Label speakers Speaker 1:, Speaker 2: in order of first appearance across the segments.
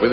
Speaker 1: With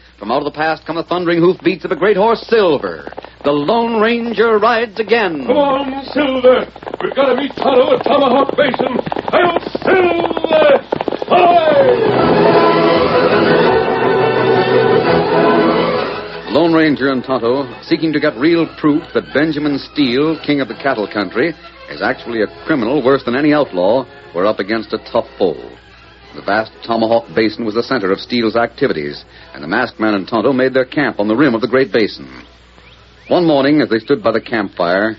Speaker 1: From out of the past come the thundering hoofbeats of a great horse, Silver. The Lone Ranger rides again.
Speaker 2: Come on, Silver. We've got to meet Tonto at Tomahawk Basin. I'll Silver. Hi!
Speaker 1: Lone Ranger and Tonto, seeking to get real proof that Benjamin Steele, king of the cattle country, is actually a criminal worse than any outlaw, were up against a tough foe. The vast Tomahawk Basin was the center of Steele's activities, and the masked man and Tonto made their camp on the rim of the Great Basin. One morning, as they stood by the campfire,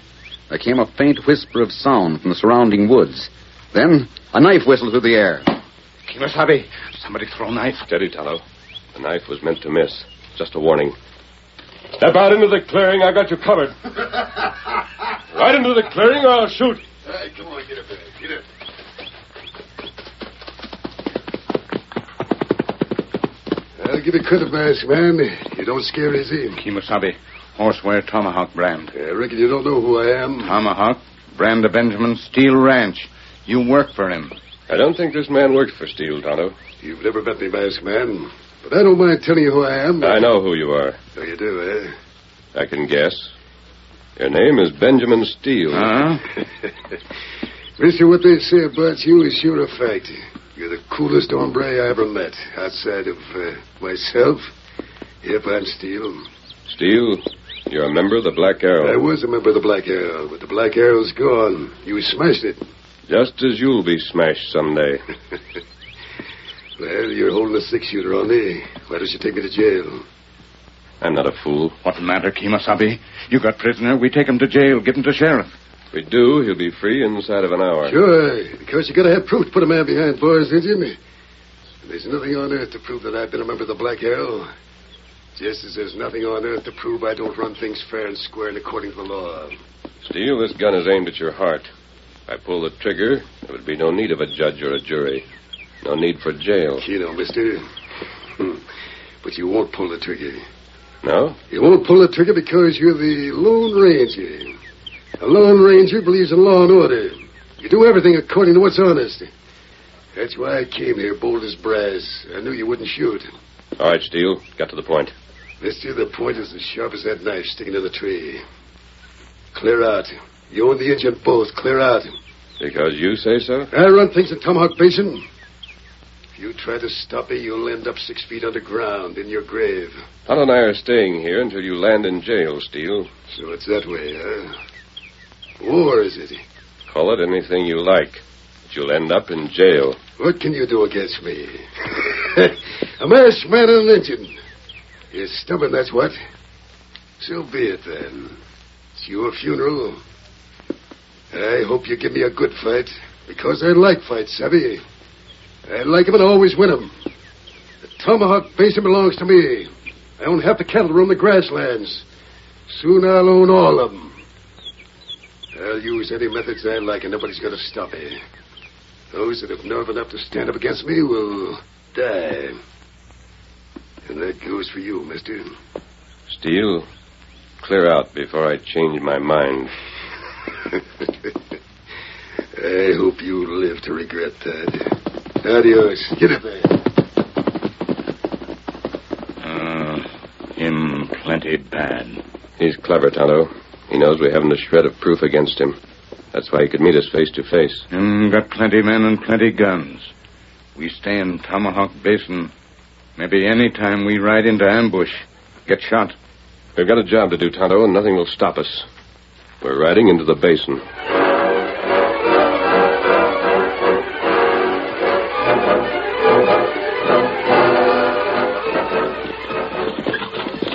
Speaker 1: there came a faint whisper of sound from the surrounding woods. Then, a knife whistled through the air.
Speaker 3: Kimasabi, somebody throw a knife.
Speaker 2: Steady, Tonto. The knife was meant to miss. Just a warning. Step out into the clearing. I got you covered. right into the clearing or I'll shoot.
Speaker 3: come on, get up there. Get up. I'll give you credit, mask man. You don't scare easy.
Speaker 4: Kemosabe, horsewear tomahawk brand.
Speaker 3: I reckon you don't know who I am.
Speaker 4: Tomahawk, brand of Benjamin Steel Ranch. You work for him.
Speaker 2: I don't think this man worked for Steele, Tonto.
Speaker 3: You've never met me, mask man. But I don't mind telling you who I am.
Speaker 2: I know who you are.
Speaker 3: Oh, you do, eh?
Speaker 2: I can guess. Your name is Benjamin Steele.
Speaker 4: Huh?
Speaker 3: Listen, what they say about you is sure a fact. You're the coolest hombre I ever met, outside of uh, myself. Yep, I'm Steele.
Speaker 2: Steele, you're a member of the Black
Speaker 3: I
Speaker 2: Arrow.
Speaker 3: was a member of the Black Arrow, but the Black Arrow's gone. You smashed it.
Speaker 2: Just as you'll be smashed someday.
Speaker 3: Well, you're holding a six-shooter on me. Why don't you take me to jail?
Speaker 2: I'm not a fool.
Speaker 4: What matter, Kemosabe? You got prisoner. We take him to jail. Give him to sheriff.
Speaker 2: If we do, he'll be free inside of an hour.
Speaker 3: Sure, because you gotta have proof to put a man behind bars, didn't you? And there's nothing on earth to prove that I've been a member of the Black Arrow. Just as there's nothing on earth to prove I don't run things fair and square and according to the law.
Speaker 2: Steele, this gun is aimed at your heart. If I pull the trigger, there would be no need of a judge or a jury. No need for jail.
Speaker 3: You know, mister. Hmm. But you won't pull the trigger.
Speaker 2: No?
Speaker 3: You won't pull the trigger because you're the Lone Ranger. A Lone Ranger believes in law and order. You do everything according to what's honest. That's why I came here, bold as brass. I knew you wouldn't shoot.
Speaker 2: All right, Steele. Got to the point.
Speaker 3: Mister, the point is as sharp as that knife sticking in the tree. Clear out. You and the engine both. Clear out.
Speaker 2: Because you say so?
Speaker 3: I run things in Tomahawk Basin. If you try to stop me, you'll end up six feet underground in your grave.
Speaker 2: Todd and I are staying here until you land in jail, Steele.
Speaker 3: So it's that way, huh? War, is it?
Speaker 2: Call it anything you like. But you'll end up in jail.
Speaker 3: What can you do against me? a masked man and an engine. You're stubborn, that's what. So be it then. It's your funeral. I hope you give me a good fight, because I like fights, savvy. I like 'em and always win 'em. The tomahawk basin belongs to me. I own half the cattle room, the grasslands. Soon I'll own all of 'em. I'll use any methods I like, and nobody's going to stop me. Those that have nerve enough to stand up against me will die. And that goes for you, mister.
Speaker 2: Steele, clear out before I change my mind.
Speaker 3: I hope you live to regret that. Adios. Get up there.
Speaker 4: Uh, him plenty bad.
Speaker 2: He's clever, Tonto. He knows we haven't a shred of proof against him. That's why he could meet us face to face.
Speaker 4: Him got plenty men and plenty guns. We stay in Tomahawk Basin. Maybe any time we ride into ambush, get shot.
Speaker 2: We've got a job to do, Tonto, and nothing will stop us. We're riding into the basin.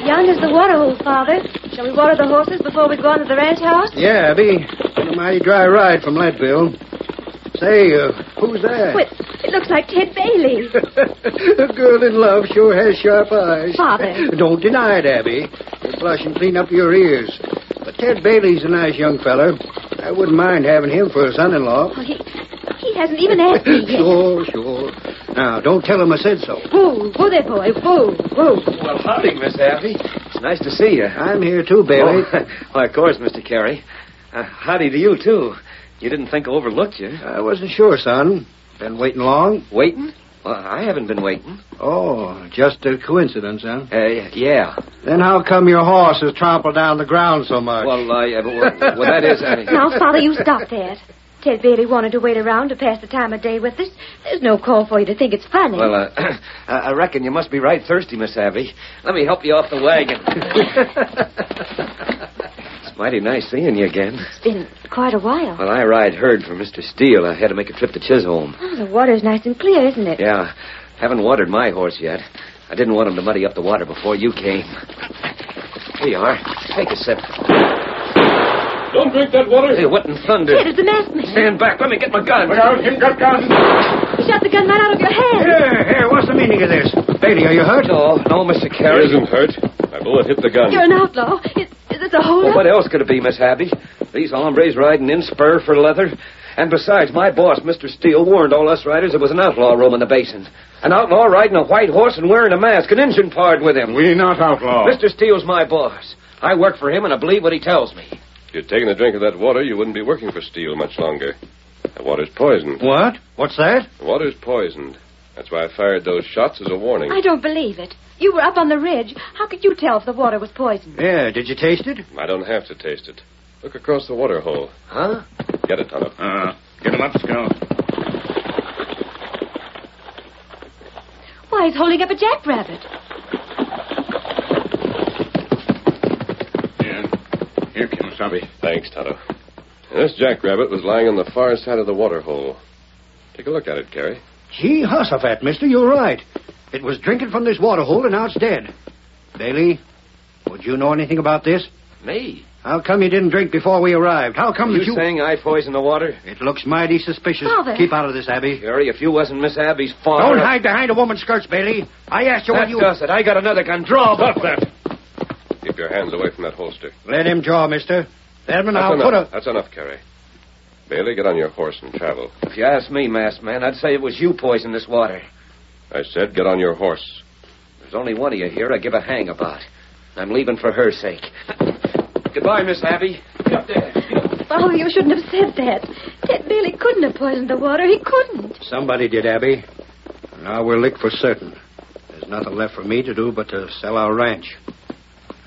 Speaker 5: Yonder's the water hole, Father. Shall we water the horses before we go on to the ranch house?
Speaker 6: Yeah, Abby. Been a mighty dry ride from Leadville. Say, uh, who's that?
Speaker 5: Well, it looks like Ted Bailey.
Speaker 6: a girl in love sure has sharp eyes.
Speaker 5: Father.
Speaker 6: Don't deny it, Abby. You'll blush and clean up your ears. But Ted Bailey's a nice young feller. I wouldn't mind having him for a son-in-law.
Speaker 5: Oh, he, he hasn't even asked me yet.
Speaker 6: sure, sure. Now, don't tell him I said so.
Speaker 5: Whoa, whoa there, boy. Whoa, whoa.
Speaker 7: Well, howdy, Miss Daffy. It's nice to see you.
Speaker 6: I'm here too, Bailey.
Speaker 7: Oh, why, of course, Mr. Carey. Uh, howdy to you, too. You didn't think I overlooked you.
Speaker 6: I wasn't sure, son. Been waiting long?
Speaker 7: Waiting? Well, I haven't been waiting.
Speaker 6: Oh, just a coincidence, huh?
Speaker 7: Uh, yeah.
Speaker 6: Then how come your horse has trampled down the ground so much?
Speaker 7: Well, uh, yeah, but, well, well, that is... I mean,
Speaker 5: Now, Father, you stop that. Ted Bailey wanted to wait around to pass the time of day with us. There's no call for you to think it's funny.
Speaker 7: well, uh, I I reckon you must be right thirsty, Miss Abbey. Let me help you off the wagon. it's mighty nice seeing you again.
Speaker 5: it's been quite a while.
Speaker 7: Well, I ride herd for Mr. Steele. I had to make a trip to Chisholm.
Speaker 5: Oh, the water's nice and clear, isn't it?
Speaker 7: Yeah, haven't watered my horse yet. I didn't want him to muddy up the water before you came. Here you are. Take a sip.
Speaker 2: Don't drink that water.
Speaker 7: Hey, what in thunder?
Speaker 5: Ted is the masked man.
Speaker 7: Stand back. Let me get my gun.
Speaker 5: He shot the gun right out of your hand.
Speaker 6: Here, here, what's the meaning of this? Bailey, are you hurt?
Speaker 7: No, no, Mr.
Speaker 2: He
Speaker 7: Carey.
Speaker 2: isn't hurt. My bullet hit the gun.
Speaker 5: You're an outlaw. Is, is this a
Speaker 7: Well,
Speaker 5: holdup?
Speaker 7: what else could it be, Miss Abbey? These hombres riding in spur for leather. And besides, my boss, Mr. Steele, warned all us riders it was an outlaw roaming the basin. An outlaw riding a white horse and wearing a mask, an engine pard with him.
Speaker 4: We not outlaw.
Speaker 7: Mr. Steele's my boss. I work for him and I believe what he tells me.
Speaker 2: If you'd taken a drink of that water, you wouldn't be working for Steele much longer. That water's poisoned.
Speaker 6: What? What's that?
Speaker 2: The water's poisoned. That's why I fired those shots as a warning.
Speaker 5: I don't believe it. You were up on the ridge. How could you tell if the water was poisoned?
Speaker 6: Yeah, did you taste it?
Speaker 2: I don't have to taste it. Look across the water hole.
Speaker 7: Huh?
Speaker 2: Get it, Tonto.
Speaker 4: Uh, get him up, Scout.
Speaker 5: Why, he's holding up a jackrabbit.
Speaker 4: Yeah. Here, Kimasabi.
Speaker 2: Thanks, Tonto. And this jackrabbit was lying on the far side of the water hole. Take a look at it, Carrie.
Speaker 6: Gee, Hussafat, mister, you're right. It was drinking from this water hole and now it's dead. Bailey, would you know anything about this?
Speaker 7: Me?
Speaker 6: How come you didn't drink before we arrived? How come
Speaker 7: you,
Speaker 6: that you...
Speaker 7: saying I poisoned the water?
Speaker 6: It looks mighty suspicious.
Speaker 5: Father.
Speaker 6: Keep out of this, Abby.
Speaker 7: Jerry, if you wasn't Miss Abbey's father...
Speaker 6: Don't hide behind a woman's skirts, Bailey. I asked you
Speaker 7: That
Speaker 6: what you...
Speaker 7: does it. I got another gun. Draw
Speaker 2: Stop that! Keep your hands away from that holster.
Speaker 6: Let him draw, mister. Edmund,
Speaker 2: That's
Speaker 6: I'll
Speaker 2: enough.
Speaker 6: put a...
Speaker 2: That's enough, Carrie. Bailey, get on your horse and travel.
Speaker 7: If you ask me, masked man, I'd say it was you poisoned this water.
Speaker 2: I said, get on your horse.
Speaker 7: There's only one of you here I give a hang about. I'm leaving for her sake. Goodbye, Miss Abbey. Get up there.
Speaker 5: Father, Oh, you shouldn't have said that. Ted Bailey couldn't have poisoned the water. He couldn't.
Speaker 6: Somebody did, Abby. Now we're licked for certain. There's nothing left for me to do but to sell our ranch.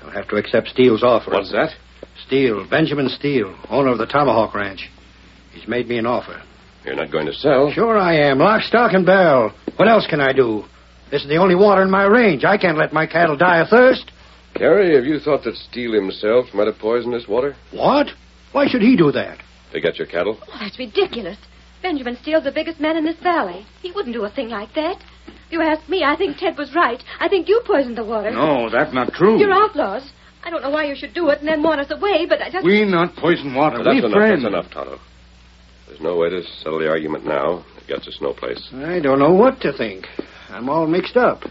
Speaker 6: I'll have to accept Steele's offer.
Speaker 2: What's that?
Speaker 6: Steele, Benjamin Steele, owner of the Tomahawk Ranch. He's made me an offer.
Speaker 2: You're not going to sell.
Speaker 6: Sure I am. Lock, stock, and barrel. What else can I do? This is the only water in my range. I can't let my cattle die of thirst.
Speaker 2: Carrie, have you thought that Steele himself might have poisoned this water?
Speaker 6: What? Why should he do that?
Speaker 2: To get your cattle?
Speaker 5: Oh, that's ridiculous. Benjamin Steele's the biggest man in this valley. He wouldn't do a thing like that. You asked me. I think Ted was right. I think you poisoned the water.
Speaker 4: No, that's not true.
Speaker 5: You're outlaws. I don't know why you should do it and then warn us away, but I just.
Speaker 4: We not poison water.
Speaker 2: that's
Speaker 4: we
Speaker 2: enough.
Speaker 4: friends.
Speaker 2: That's enough, Tonto. There's no way to settle the argument now. It gets us no place.
Speaker 6: I don't know what to think. I'm all mixed up.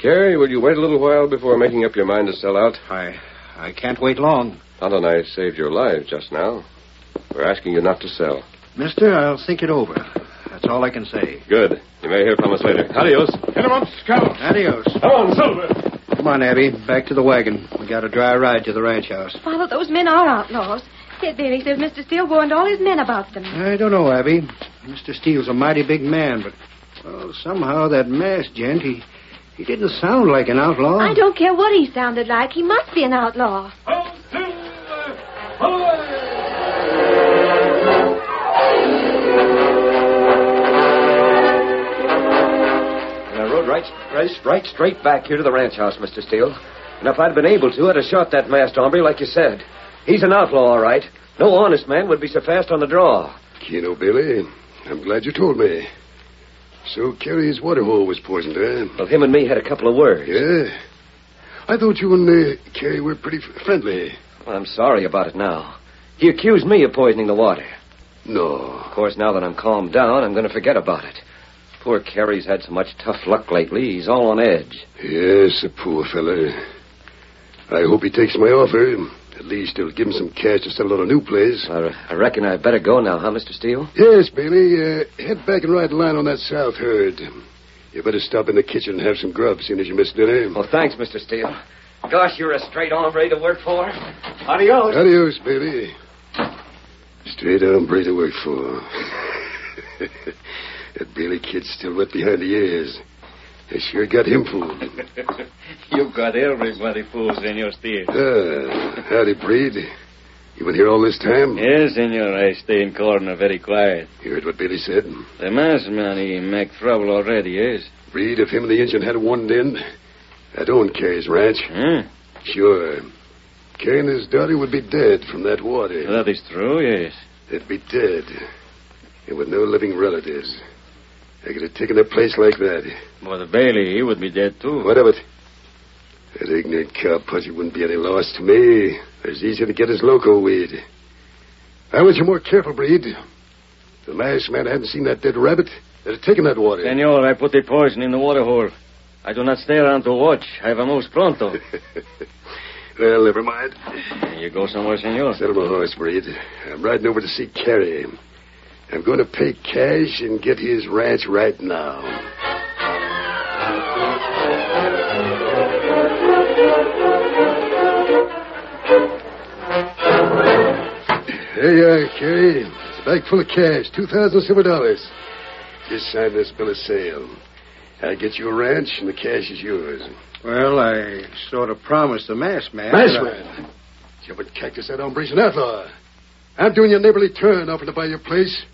Speaker 2: Carrie, will you wait a little while before making up your mind to sell out?
Speaker 6: I I can't wait long.
Speaker 2: Tonto and I saved your lives just now. We're asking you not to sell.
Speaker 6: Mister, I'll think it over. That's all I can say.
Speaker 2: Good. You may hear from us later. Adios.
Speaker 4: Hit 'em up, Scout.
Speaker 6: Adios.
Speaker 2: Come on, Silver.
Speaker 6: Come on, Abby. Back to the wagon. We got a dry ride to the ranch house.
Speaker 5: Father, those men are outlaws. Ted Bailey says Mr. Steele warned all his men about them.
Speaker 6: I don't know, Abby. Mr. Steele's a mighty big man, but well, somehow that masked gent, he, he didn't sound like an
Speaker 4: Oh.
Speaker 6: outlaw.
Speaker 5: I don't care what he sounded like. He must be an outlaw.
Speaker 7: And I rode right, right, right straight back here to the ranch house, Mr. Steele. And if I'd been able to, I'd have shot that masked hombre like you said. He's an outlaw, all right. No honest man would be so fast on the draw.
Speaker 3: Keno Billy, I'm glad you told me. So Kerry's water hole was poisoned, eh?
Speaker 7: Well, him and me had a couple of words.
Speaker 3: Yeah. I thought you and uh, Kerry were pretty f- friendly.
Speaker 7: Well, I'm sorry about it now. He accused me of poisoning the water.
Speaker 3: No.
Speaker 7: Of course, now that I'm calmed down, I'm going to forget about it. Poor Carrie's had so much tough luck lately, he's all on edge.
Speaker 3: Yes, a poor fella. I hope he takes my offer. At least it'll give him some cash to settle on a new place.
Speaker 7: I, I reckon I'd better go now, huh, Mr. Steele?
Speaker 3: Yes, Bailey. Uh, head back and ride line on that south herd. You better stop in the kitchen and have some grub, seeing as you missed dinner.
Speaker 7: Well, thanks, Mr. Steele. Gosh, you're a straight hombre to work for. Adios.
Speaker 3: Adios, Bailey. Straight hombre to work for. that Bailey kid's still wet behind the ears. I sure got him fooled.
Speaker 8: You've got everybody fooled, Senor Steele.
Speaker 3: Ah, howdy, Breed. You been here all this time?
Speaker 8: Yes, senor, I stay in corner very quiet.
Speaker 3: Heard what Bailey said.
Speaker 8: The masked man, he make trouble already, yes?
Speaker 3: Breed, if him and the engine had one in, I'd own Carrie's ranch.
Speaker 8: Huh?
Speaker 3: Sure. Carrie and his daughter would be dead from that water.
Speaker 8: That is true, yes.
Speaker 3: They'd be dead. And with no living relatives. I could have taken a place like that.
Speaker 8: But Bailey, he would be dead, too.
Speaker 3: What of it? That ignorant cowpuncher wouldn't be any loss to me. It's easier to get his loco weed. I wish you more careful, Breed. If the last man hadn't seen that dead rabbit, they'd have taken that water.
Speaker 8: Senor, I put the poison in the water hole. I do not stay around to watch. I vamos pronto.
Speaker 3: well, Uh, never mind.
Speaker 8: you go somewhere, senor?
Speaker 3: Settle my horse, Breed. I'm riding over to see Carrie. I'm going to pay cash and get his ranch right now. There you are, Carrie. uh, It's a bag full of cash, two thousand silver dollars. Just sign this bill of sale. I get you a ranch, and the cash is yours.
Speaker 6: Well, I sort of promised the masked man.
Speaker 3: Nice
Speaker 6: that I-
Speaker 3: man. Jumping cactus, that hombre's an outlaw. I'm doing you a neighborly turn, offering to buy your place.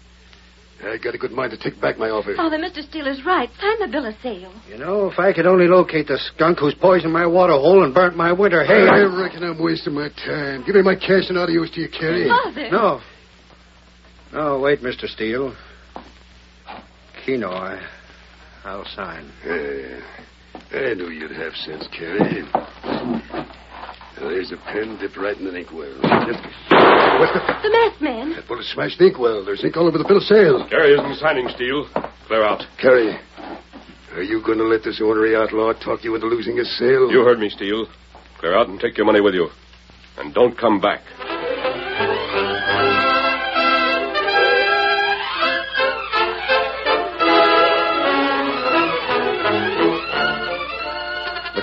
Speaker 3: I got a good mind to take back my offer.
Speaker 5: Father, Mr. Steele is right. Sign the bill of sale.
Speaker 6: You know, if I could only locate the skunk who's poisoned my water hole and burnt my winter hay.
Speaker 3: I
Speaker 6: I-
Speaker 3: reckon I'm wasting my time. Give me my cash and adios to you, Carrie.
Speaker 5: Father!
Speaker 6: No. No, Oh, wait, Mr. Steele. Keno, I, I'll sign.
Speaker 3: Yeah. I knew you'd have sense, Carrie. Now, there's a pen dipped right in an inkwell. Just- What the?
Speaker 5: The masked man.
Speaker 3: That bullet smashed the inkwell. There's ink all over the bill of sale.
Speaker 2: Carrie isn't signing, Steele. Clear out.
Speaker 3: Carrie, are you going to let this ornery outlaw talk you into losing his sale?
Speaker 2: You heard me, Steele. Clear out and take your money with you. And don't come back.
Speaker 1: The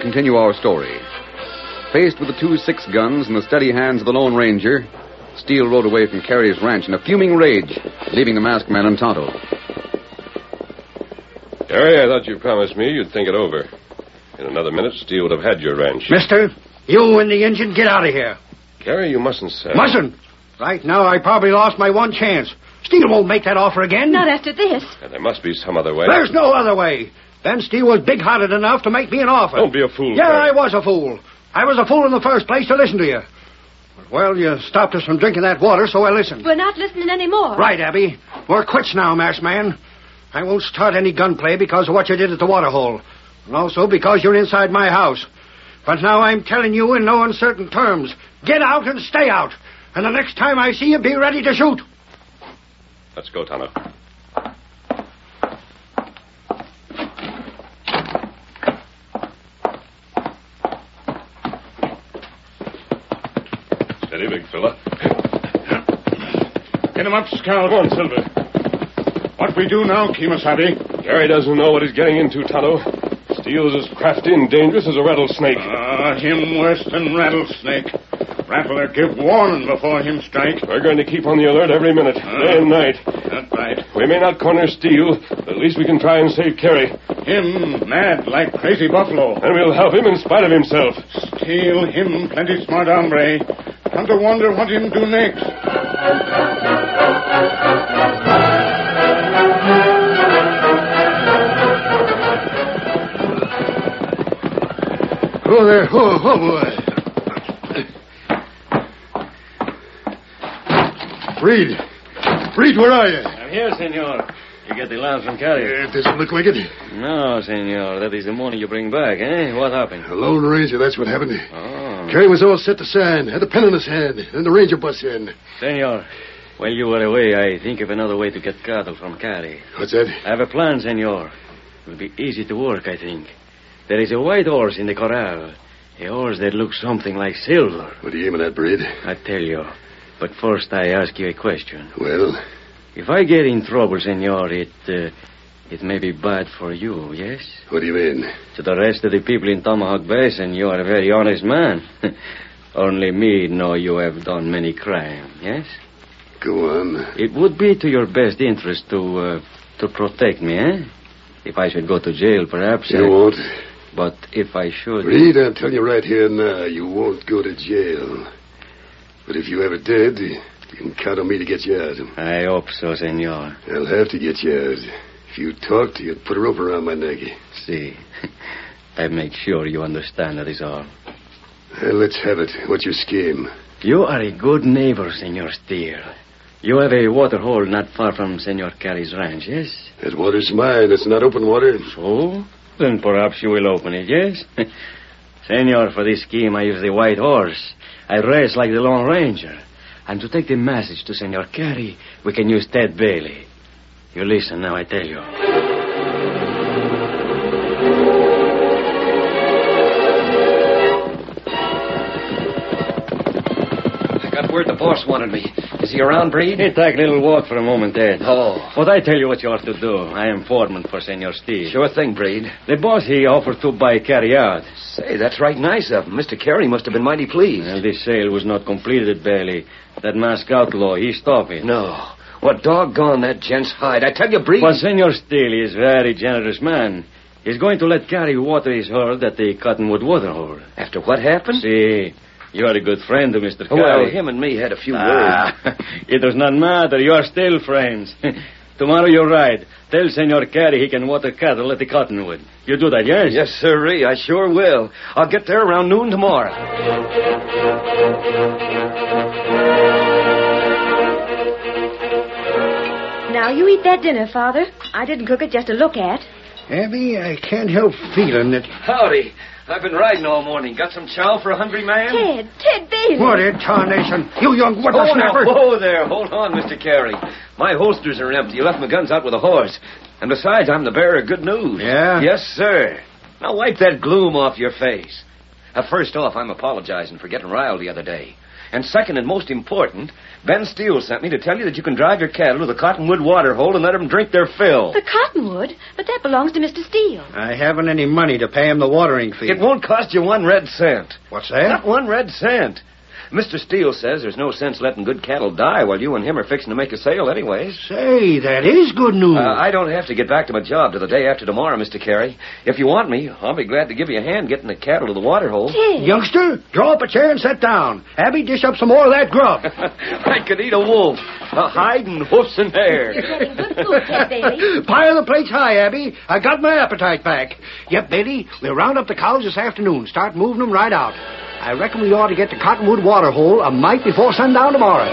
Speaker 1: continue our story. Faced with the two six guns and the steady hands of the Lone Ranger, Steele rode away from Carey's ranch in a fuming rage, leaving the masked man untonto.
Speaker 2: Harry, I thought you promised me you'd think it over. In another minute, Steele would have had your ranch.
Speaker 6: Mister, you and the engine get out of here.
Speaker 2: Carey, you mustn't say.
Speaker 6: Mustn't. Right now, I probably lost my one chance. Steele won't make that offer again.
Speaker 5: Not after this.
Speaker 2: And there must be some other way.
Speaker 6: There's no other way. Ben Steele was big hearted enough to make me an offer.
Speaker 2: Don't be a fool.
Speaker 6: Yeah,
Speaker 2: Harry.
Speaker 6: I was a fool. I was a fool in the first place to listen to you. But, Well, you stopped us from drinking that water, so I listened.
Speaker 5: We're not listening anymore.
Speaker 6: Right, Abby. We're quits now, masked man. I won't start any gunplay because of what you did at the water hole, and also because you're inside my house. But now I'm telling you in no uncertain terms get out and stay out. And the next time I see you, be ready to shoot.
Speaker 2: Let's go, Tonto. Steady, big fella.
Speaker 4: Get him up, Scout.
Speaker 2: Come on, Silver.
Speaker 4: What we do now, Kemosabe?
Speaker 2: Gary doesn't know what he's getting into, Tonto. Steele's as crafty and dangerous as a rattlesnake.
Speaker 4: Ah, him worse than rattlesnake. Rattler give warning before him strike.
Speaker 2: We're going to keep on the alert every minute, day and night.
Speaker 4: That right.
Speaker 2: We may not corner Steele, but at least we can try and save Carey.
Speaker 4: Him mad like crazy buffalo.
Speaker 2: And we'll help him in spite of himself.
Speaker 4: Steal him plenty smart hombre. Come to wonder what him do next.
Speaker 3: Oh, there. Oh, oh, boy. Reed. Reed, where are you?
Speaker 8: I'm here, senor. You get the lance from Carey.
Speaker 3: It doesn't look like it.
Speaker 8: No, senor. That is the money you bring back, eh? What happened?
Speaker 3: The Lone Ranger, that's what happened.
Speaker 8: Oh.
Speaker 3: Kerry was all set to sign, had the pen in his hand, then the Ranger busts in.
Speaker 8: Senor, while you were away, I think of another way to get cattle from Carey.
Speaker 3: What's that?
Speaker 8: I have a plan, senor. It will be easy to work, I think. There is a white horse in the corral. A horse that looks something like silver,
Speaker 3: What are you aiming at, Breed?
Speaker 8: I tell you. But first, I ask you a question.
Speaker 3: Well,
Speaker 8: If I get in trouble, senor, it uh, it may be bad for you, yes?
Speaker 3: what do you mean?
Speaker 8: To the rest of the people in Tomahawk Basin, you are a very honest man. Only me know you have done many crime, yes?
Speaker 3: Go on.
Speaker 8: It would be to your best interest to uh, to protect me, eh? If I should go to jail, perhaps.
Speaker 3: You
Speaker 8: uh,
Speaker 3: won't.
Speaker 8: but if I should,
Speaker 3: Reed, I'm telling you right here now, you won't go to jail. But if you ever did, you can count on me to get you out.
Speaker 8: I hope so, senor.
Speaker 3: I'll have to get you out. If you talked, you'd put a rope around my neck.
Speaker 8: See, I make sure you understand that is all.
Speaker 3: Well, Uh, let's have it. What's your scheme?
Speaker 8: You are a good neighbor, Senor Steele. You have a water hole not far from Senor Carey's ranch, yes?
Speaker 3: That water's mine. It's not open water.
Speaker 8: So? Then perhaps you will open it, yes? Senor, for this scheme I use the white horse. I race like the Lone Ranger. And to take the message to Senor Carey, we can use Ted Bailey. You listen now, I tell you.
Speaker 7: I got word the boss wanted me. Is he around, Breed?
Speaker 8: Hey, take a little walk for a moment, Ted.
Speaker 7: Oh.
Speaker 8: But I tell you what you are to do. I am foreman for Senor Steele.
Speaker 7: Sure thing, Breed.
Speaker 8: The boss he offered to buy Carey out.
Speaker 7: Say, that's right nice of him. Mr. Carey must have been mighty pleased.
Speaker 8: Well, this sale was not completed, Bailey. That masked outlaw, he stopped it.
Speaker 7: No. What doggone that gent's hide. I tell you, Breed.
Speaker 8: But Senor Steele is very generous man. He's going to let Carrie water his herd at the Cottonwood Waterhole.
Speaker 7: After what happened?
Speaker 8: See, you are a good friend to Mr.
Speaker 7: well,
Speaker 8: Carey.
Speaker 7: him and me had a few words.
Speaker 8: Ah, it does not matter. You are still friends. Tomorrow you ride. Tell Senor Carey he can water cattle at the Cottonwood. You do that, yes?
Speaker 7: Yes, sirree, I sure will. I'll get there around noon tomorrow.
Speaker 5: Now you eat that dinner, Father. I didn't cook it just to look at.
Speaker 6: Abby, I can't help feeling that.
Speaker 7: Howdy. I've been riding all morning. Got some chow for a hungry man?
Speaker 5: Ted, Ted Bailey.
Speaker 6: What in tarnation? You young
Speaker 7: Oh, now,
Speaker 6: whippersnapper!
Speaker 7: whoa there. Hold on, Mr. Carey. My holsters are empty. You left my guns out with the horse. And besides, I'm the bearer of good news.
Speaker 6: Yeah?
Speaker 7: Yes, sir. Now wipe that gloom off your face. Uh, first off, I'm apologizing for getting riled the other day. And second and most important, Ben Steele sent me to tell you that you can drive your cattle to the Cottonwood water hole and let them drink their fill.
Speaker 5: The cottonwood? But that belongs to Mr. Steele.
Speaker 6: I haven't any money to pay him the watering fee.
Speaker 7: It won't cost you one red cent.
Speaker 6: What's that?
Speaker 7: Not one red cent. Mr. Steele says there's no sense letting good cattle die while you and him are fixing to make a sale anyways.
Speaker 6: Say, that is good news.
Speaker 7: Uh, I don't have to get back to my job till the day after tomorrow, Mr. Carey. If you want me, I'll be glad to give you a hand getting the cattle to the water hole.
Speaker 5: Ted.
Speaker 6: Youngster, draw up a chair and sit down. Abby, dish up some more of that grub.
Speaker 7: I could eat a wolf, a hide and hoofs and
Speaker 5: You're
Speaker 7: hair.
Speaker 5: getting good food, Ted Bailey.
Speaker 6: Pile the plates high, Abby. I got my appetite back. Yep, Bailey, we'll round up the cows this afternoon. Start moving them right out. I reckon we ought to get to Cottonwood Water Hole a mite before sundown tomorrow.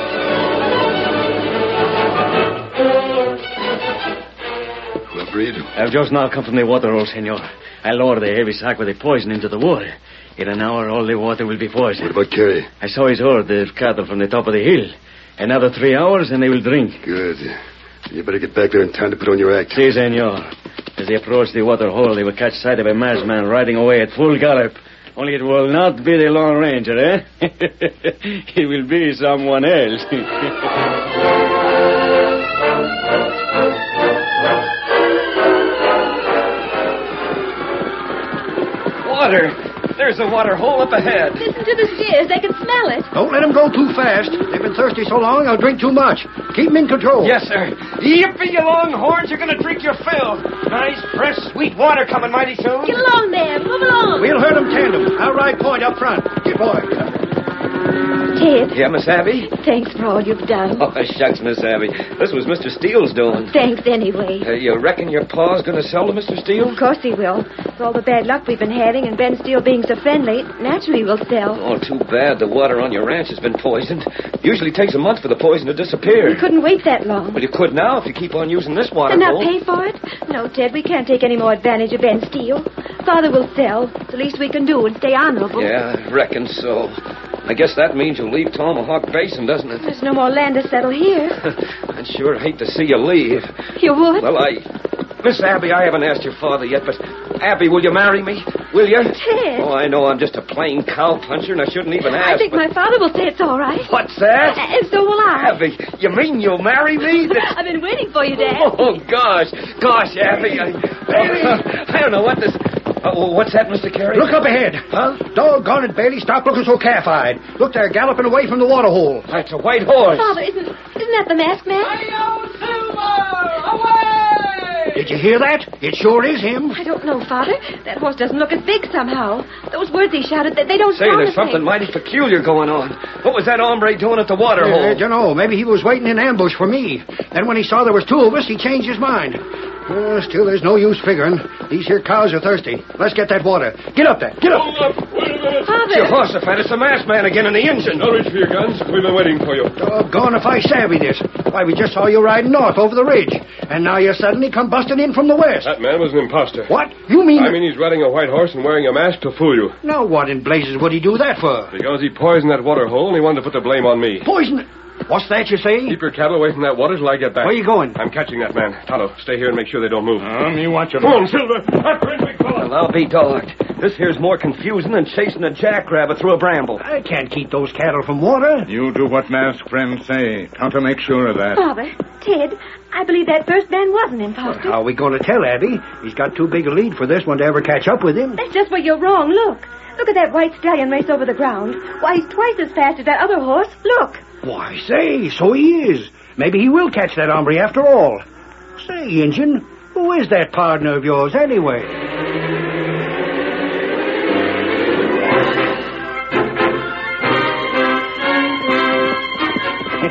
Speaker 3: Whoever you do.
Speaker 8: I've just now come from the water hole, senor. I lowered the heavy sack with the poison into the water. In an hour, all the water will be
Speaker 3: What
Speaker 8: poisoned.
Speaker 3: about Carrie?
Speaker 8: I saw his herd of cattle from the top of the hill. Another three hours, and they will drink.
Speaker 3: Good. You better get back there in time to put on your act.
Speaker 8: See, senor. As they approach the water hole, they will catch sight of a masked man riding away at full gallop. Only it will not be the Lone Ranger, eh? it will be someone else.
Speaker 7: Water! There's the water hole up ahead.
Speaker 5: Listen to the steers. They can smell it.
Speaker 6: Don't let them go too fast. They've been thirsty so long, they'll drink too much. Keep them in control.
Speaker 7: Yes, sir. Yippee, you longhorns, you're gonna drink your fill. Nice, fresh, sweet water coming mighty soon.
Speaker 5: Get along there. Move along.
Speaker 6: We'll herd them tandem. I'll ride point up front. Get boy.
Speaker 5: Ted,
Speaker 7: Yeah, Miss Abby?
Speaker 5: thanks for all you've done.
Speaker 7: Oh, shucks, Miss Abby. This was Mr. Steele's doing.
Speaker 5: Thanks anyway.
Speaker 7: Uh, you reckon your pa's gonna sell to Mr. Steele?
Speaker 5: Of course he will. With all the bad luck we've been having and Ben Steele being so friendly, naturally we'll sell.
Speaker 7: Oh, too bad the water on your ranch has been poisoned. Usually takes a month for the poison to
Speaker 5: We
Speaker 7: disappear.
Speaker 5: couldn't wait that long.
Speaker 7: Well, you could now if you keep on using this water
Speaker 5: And not
Speaker 7: hole.
Speaker 5: pay for it? No, Ted, we can't take any more advantage of Ben Steele. Father will sell. It's the least we can do and stay honorable.
Speaker 7: Yeah, I reckon so. I guess that means you'll leave Tomahawk Basin, doesn't it?
Speaker 5: There's no more land to settle here.
Speaker 7: I'd sure hate to see you leave.
Speaker 5: You would?
Speaker 7: Well, I. Miss Abby, I haven't asked your father yet, but Abby, will you marry me? Will you?
Speaker 5: Ted.
Speaker 7: Oh, I know I'm just a plain cowpuncher, and I shouldn't even ask.
Speaker 5: I think
Speaker 7: Oh,
Speaker 5: Uh,
Speaker 7: but...
Speaker 5: my father will say it's all right.
Speaker 7: What's that?
Speaker 5: And so will I.
Speaker 7: Abby, you mean you'll marry me? That's-
Speaker 5: I've been waiting for you, Dad.
Speaker 7: Oh, gosh. Gosh, Abby. I,
Speaker 5: Oh,
Speaker 7: I don't know what this. Oh, what's that, Mr. Carey?
Speaker 6: Look up ahead. Huh? Doggone it, Bailey. Stop looking so calf-eyed. Look, they're galloping away from the water hole.
Speaker 7: That's a white horse.
Speaker 5: Father, isn't isn't that the masked man?
Speaker 6: Did you hear that? It sure is him.
Speaker 5: I don't know, Father. That horse doesn't look as big somehow. Those words he shouted, they, they don't
Speaker 7: Say,
Speaker 5: sound the
Speaker 7: there's something
Speaker 5: same.
Speaker 7: mighty peculiar going on. What was that hombre doing at the water
Speaker 6: Yeah, I
Speaker 7: hole?
Speaker 6: don't Uh, know. Maybe he was waiting in ambush for me. Then when he saw there was two of us, he changed his mind. Uh, still, there's no use figuring. These here cows are thirsty. Let's get that water. Get up there. Get up.
Speaker 2: up! Wait a minute!
Speaker 5: Father,
Speaker 7: Jehoshaphat, it's the masked man again in the engine.
Speaker 2: Now reach for your guns. We've been waiting for you.
Speaker 6: Doggone if I savvy this. Why, we just saw you riding north over the ridge. And now you suddenly come busting in from the west.
Speaker 2: That man was an imposter.
Speaker 6: What? You mean...
Speaker 2: I mean, he's riding a white horse and wearing a mask to fool you.
Speaker 6: Now what in blazes would he do that for?
Speaker 2: Because he poisoned that water hole and he wanted to put the blame on me.
Speaker 6: Poison... What's that you say?
Speaker 2: Keep your cattle away from that water till I get back.
Speaker 6: Where you going?
Speaker 2: I'm catching that man. Tonto, stay here and make sure they don't move.
Speaker 4: Um, you watch your
Speaker 2: Come on, Silver. After him, big fella.
Speaker 7: Well, I'll be dogged. This here's more confusing than chasing a jackrabbit through a bramble.
Speaker 6: I can't keep those cattle from water.
Speaker 4: You do what masked friends say. Tonto, make sure of that.
Speaker 5: Father, Ted, I believe that first man was an imposter.
Speaker 6: How are we going to tell Abby? He's got too big a lead for this one to ever catch up with him.
Speaker 5: That's just where you're wrong. Look. Look at that white stallion race over the ground. Why, he's twice as fast as that other horse. Look.
Speaker 6: Why, say, so he is. Maybe he will catch that hombre after all. Say, Injun, who is that partner of yours anyway?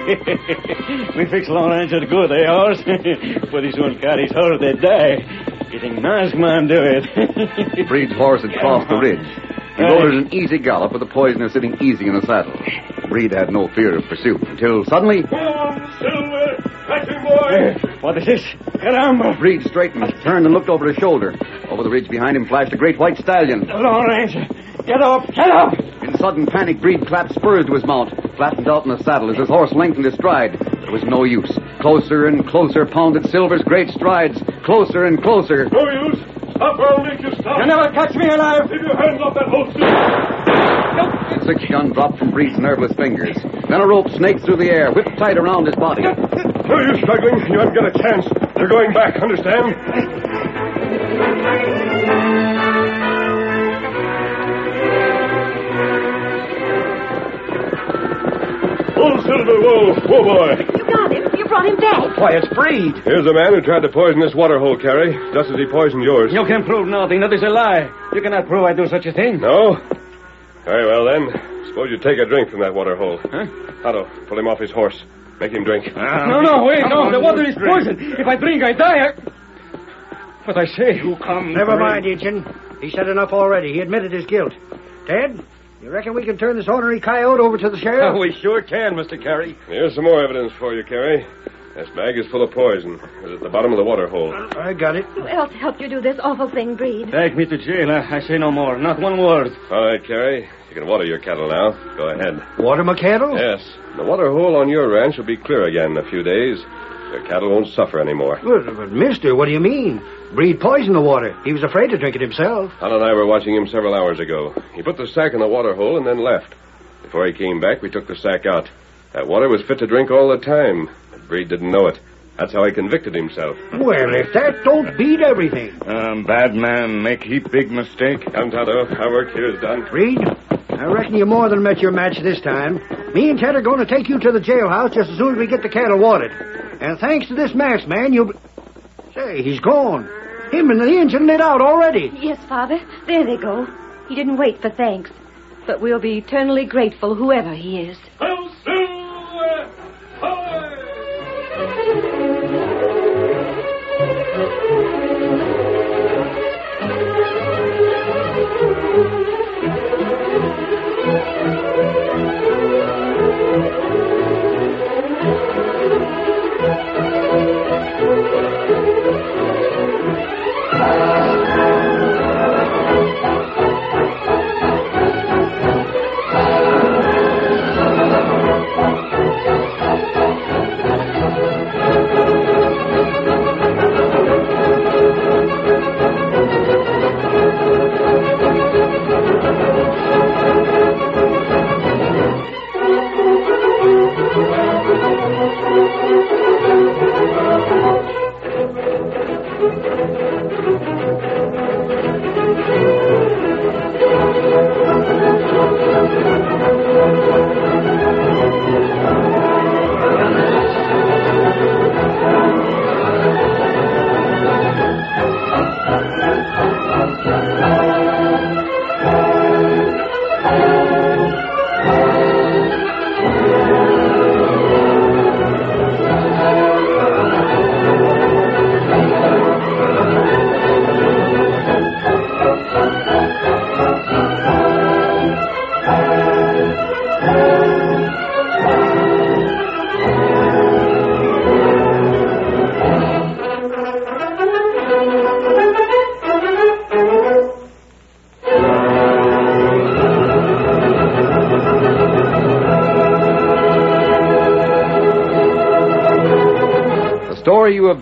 Speaker 8: we fix Lone Ranger good, eh, horse? but he soon carries herd they die. You think masked man do it?
Speaker 1: Breed's horse had crossed the ridge. He rode at an easy gallop with the poisoner sitting easy in the saddle. Breed had no fear of pursuit until suddenly
Speaker 2: Come on, Silver. Catch him, boy.
Speaker 8: what is this? Caramba!
Speaker 1: Breed straightened, turned, and looked over his shoulder. Over the ridge behind him flashed a great white stallion.
Speaker 8: The Lone Ranger! Get up! Get up!
Speaker 1: In sudden panic, Breed clapped spurs to his mount, flattened out in the saddle as his horse lengthened his stride. But it was no use. Closer and closer pounded Silver's great strides. Closer and closer.
Speaker 2: No use. Stop or I'll make you stop.
Speaker 8: You never catch me alive!
Speaker 2: Keep your hands off that hole, Silver.
Speaker 1: The six gun dropped from Breed's nerveless fingers. Then a rope snaked through the air, whipped tight around his body.
Speaker 2: No use struggling. You haven't got a chance. You're going back, understand? Old Silver, whoa, whoa, boy.
Speaker 5: You got him. You brought him back.
Speaker 7: Why, it's Breed.
Speaker 2: Here's the man who tried to poison this water hole, Carrie, just as he poisoned yours.
Speaker 8: You can prove nothing. That is a lie. You cannot prove I do such a thing.
Speaker 2: No? Very well, then. Suppose you take a drink from that water hole.
Speaker 8: Huh?
Speaker 2: Otto, pull him off his horse. Make him drink.
Speaker 4: Ah,
Speaker 8: No, no, wait, no. The water is poison. If I drink, I die. I... But I say,
Speaker 4: You come.
Speaker 6: Never mind, Injun. He said enough already. He admitted his guilt. Ted, you reckon we can turn this ornery coyote over to the sheriff?
Speaker 8: Oh, we sure can, Mr. Carey.
Speaker 2: Here's some more evidence for you, Carrie. This bag is full of poison. It's at the bottom of the water hole.
Speaker 6: I got it.
Speaker 5: Who else helped you do this awful thing, Breed?
Speaker 8: Take me to jail. I, I say no more. Not one word.
Speaker 2: All right, Carrie. You can water your cattle now. Go ahead.
Speaker 6: Water McCandle?
Speaker 2: Yes. The water hole on your ranch will be clear again in a few days. Your cattle won't suffer anymore.
Speaker 6: Well, but, mister, what do you mean? Breed poisoned the water. He was afraid to drink it himself.
Speaker 2: Hal and I were watching him several hours ago. He put the sack in the water hole and then left. Before he came back, we took the sack out. That water was fit to drink all the time, but Breed didn't know it. That's how he convicted himself.
Speaker 6: Well, if that don't beat everything.
Speaker 4: Uh, bad man make heap big mistake.
Speaker 2: Come, Tonto. Our work here is done.
Speaker 6: Breed, I reckon you more than met your match this time. Me and Ted are going to take you to the jailhouse just as soon as we get the cattle watered. And thanks to this masked man, you'll... be- Say, he's gone. Him and the engine lit out already.
Speaker 5: Yes, Father. There they go. He didn't wait for thanks. But we'll be eternally grateful, whoever he is.
Speaker 1: The story you have